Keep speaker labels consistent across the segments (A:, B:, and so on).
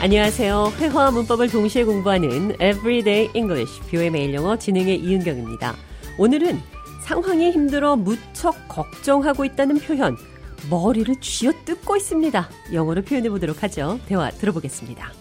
A: 안녕하세요. 회화와 문법을 동시에 공부하는 Everyday English, 뷰의 매일 영어 진행의 이은경입니다. 오늘은 상황이 힘들어 무척 걱정하고 있다는 표현, 머리를 쥐어뜯고 있습니다. 영어로 표현해 보도록 하죠. 대화 들어보겠습니다.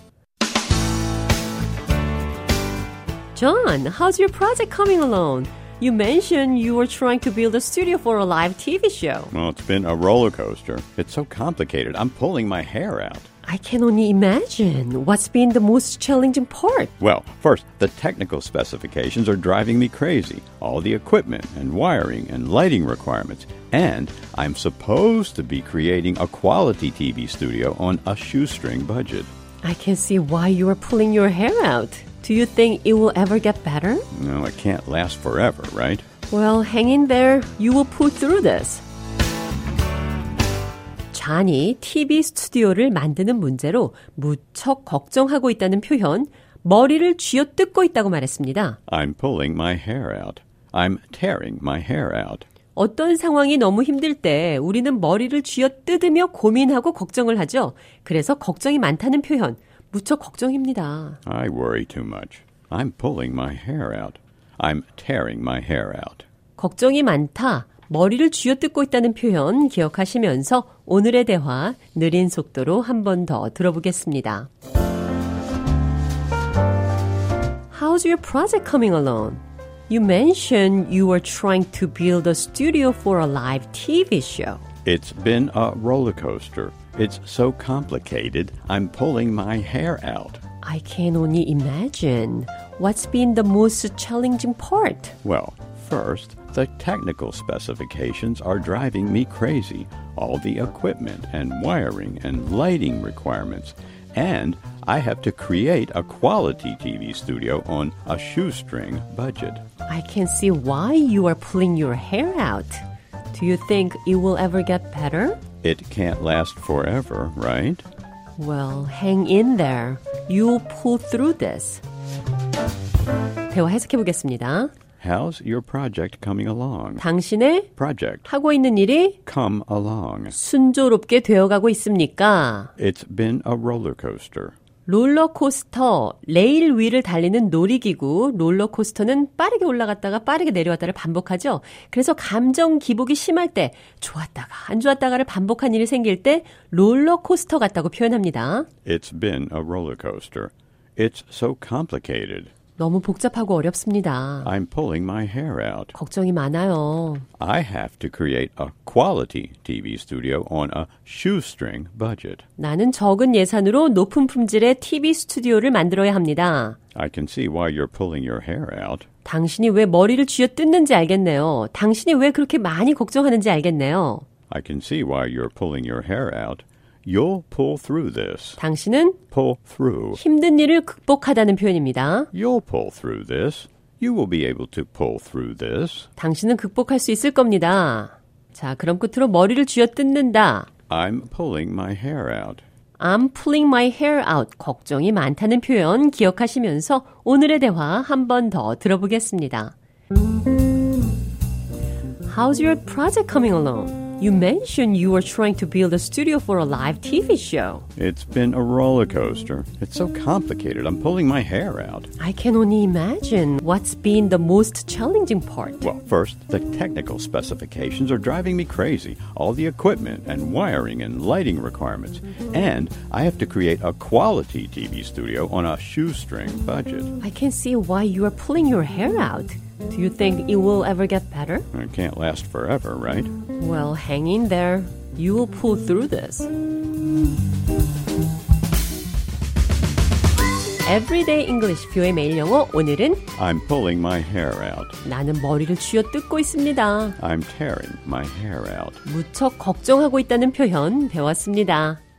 A: John, how's your project coming along? You mentioned you were trying to build a studio for a live TV show.
B: Well, it's been a roller coaster. It's so complicated. I'm pulling my hair out.
A: I can only imagine what's been the most challenging part.
B: Well, first, the technical specifications are driving me crazy. All the equipment and wiring and lighting requirements. And I'm supposed to be creating a quality TV studio on a shoestring budget.
A: I can see why you are pulling your hair out. Do you think it will ever get better?
B: No, it can't last forever, right?
A: Well, hang in there. You will pull through this. 잔이 TV 스튜디오를 만드는 문제로 무척 걱정하고 있다는 표현, 머리를 쥐어뜯고 있다고 말했습니다.
B: I'm pulling my hair out. I'm tearing my hair out.
A: 어떤 상황이 너무 힘들 때 우리는 머리를 쥐어뜯으며 고민하고 걱정을 하죠. 그래서 걱정이 많다는 표현, 무척 걱정입니다.
B: I worry too much. I'm pulling my hair out. I'm tearing my hair out.
A: 걱정이 많다, 머리를 쥐어뜯고 있다는 표현 기억하시면서 오늘의 대화 느린 속도로 한 번 더 들어보겠습니다. How's your project coming along? You mentioned you were trying to build a studio for a live TV show.
B: It's been a roller coaster. It's so complicated. I'm pulling my hair out.
A: I can only imagine what's been the most challenging part.
B: Well, first, the technical specifications are driving me crazy. All the equipment and wiring and lighting requirements. And I have to create a quality TV studio on a shoestring budget.
A: I can see why you are pulling your hair out. Do you think it will ever get better?
B: It can't last forever, right?
A: Well, hang in there. You'll pull through this. 대화 해석해 보겠습니다.
B: How's your project coming along?
A: 당신의
B: Project,
A: 하고 있는 일이
B: come along.
A: 순조롭게 되어가고 있습니까?
B: It's been a roller coaster.
A: 롤러코스터, 레일 위를 달리는 놀이기구, 롤러코스터는 빠르게 올라갔다가 빠르게 내려왔다를 반복하죠. 그래서 감정 기복이 심할 때 좋았다가 안 좋았다가를 반복한 일이 생길 때 롤러코스터 같다고 표현합니다.
B: It's been a roller coaster. It's so complicated.
A: 너무 복잡하고 어렵습니다.
B: I'm pulling my hair out.
A: 걱정이 많아요.
B: I have to create a quality TV studio on a shoestring budget.
A: 나는 적은 예산으로 높은 품질의 TV 스튜디오를 만들어야 합니다.
B: I can see why you're pulling your hair out.
A: 당신이 왜 머리를 쥐어 뜯는지 알겠네요. 당신이 왜 그렇게 많이 걱정하는지 알겠네요.
B: I can see why you're pulling your hair out. You'll pull through this.
A: 당신은
B: Pull through.
A: 힘든 일을 극복하다는 표현입니다.
B: You'll pull through this. You will be able to pull through this.
A: 당신은 극복할 수 있을 겁니다. 자, 그럼 끝으로 머리를 쥐어 뜯는다.
B: I'm pulling my hair out.
A: I'm pulling my hair out. 걱정이 많다는 표현 기억하시면서 오늘의 대화 한 번 더 들어보겠습니다. How's your project coming along? You mentioned you were trying to build a studio for a live TV show.
B: It's been a roller coaster. It's so complicated. I'm pulling my hair out.
A: I can only imagine what's been the most challenging part.
B: Well, first, the technical specifications are driving me crazy. All the equipment and wiring and lighting requirements. And I have to create a quality TV studio on a shoestring budget.
A: I can see why you are pulling your hair out. Do you think it will ever get better?
B: It can't last forever, right?
A: Well, hang in there. You will pull through this. Everyday English 뷰의 매일 영어 오늘은
B: I'm pulling my hair out.
A: 나는 머리를 쥐어뜯고 있습니다.
B: I'm tearing my hair out.
A: 무척 걱정하고 있다는 표현 배웠습니다.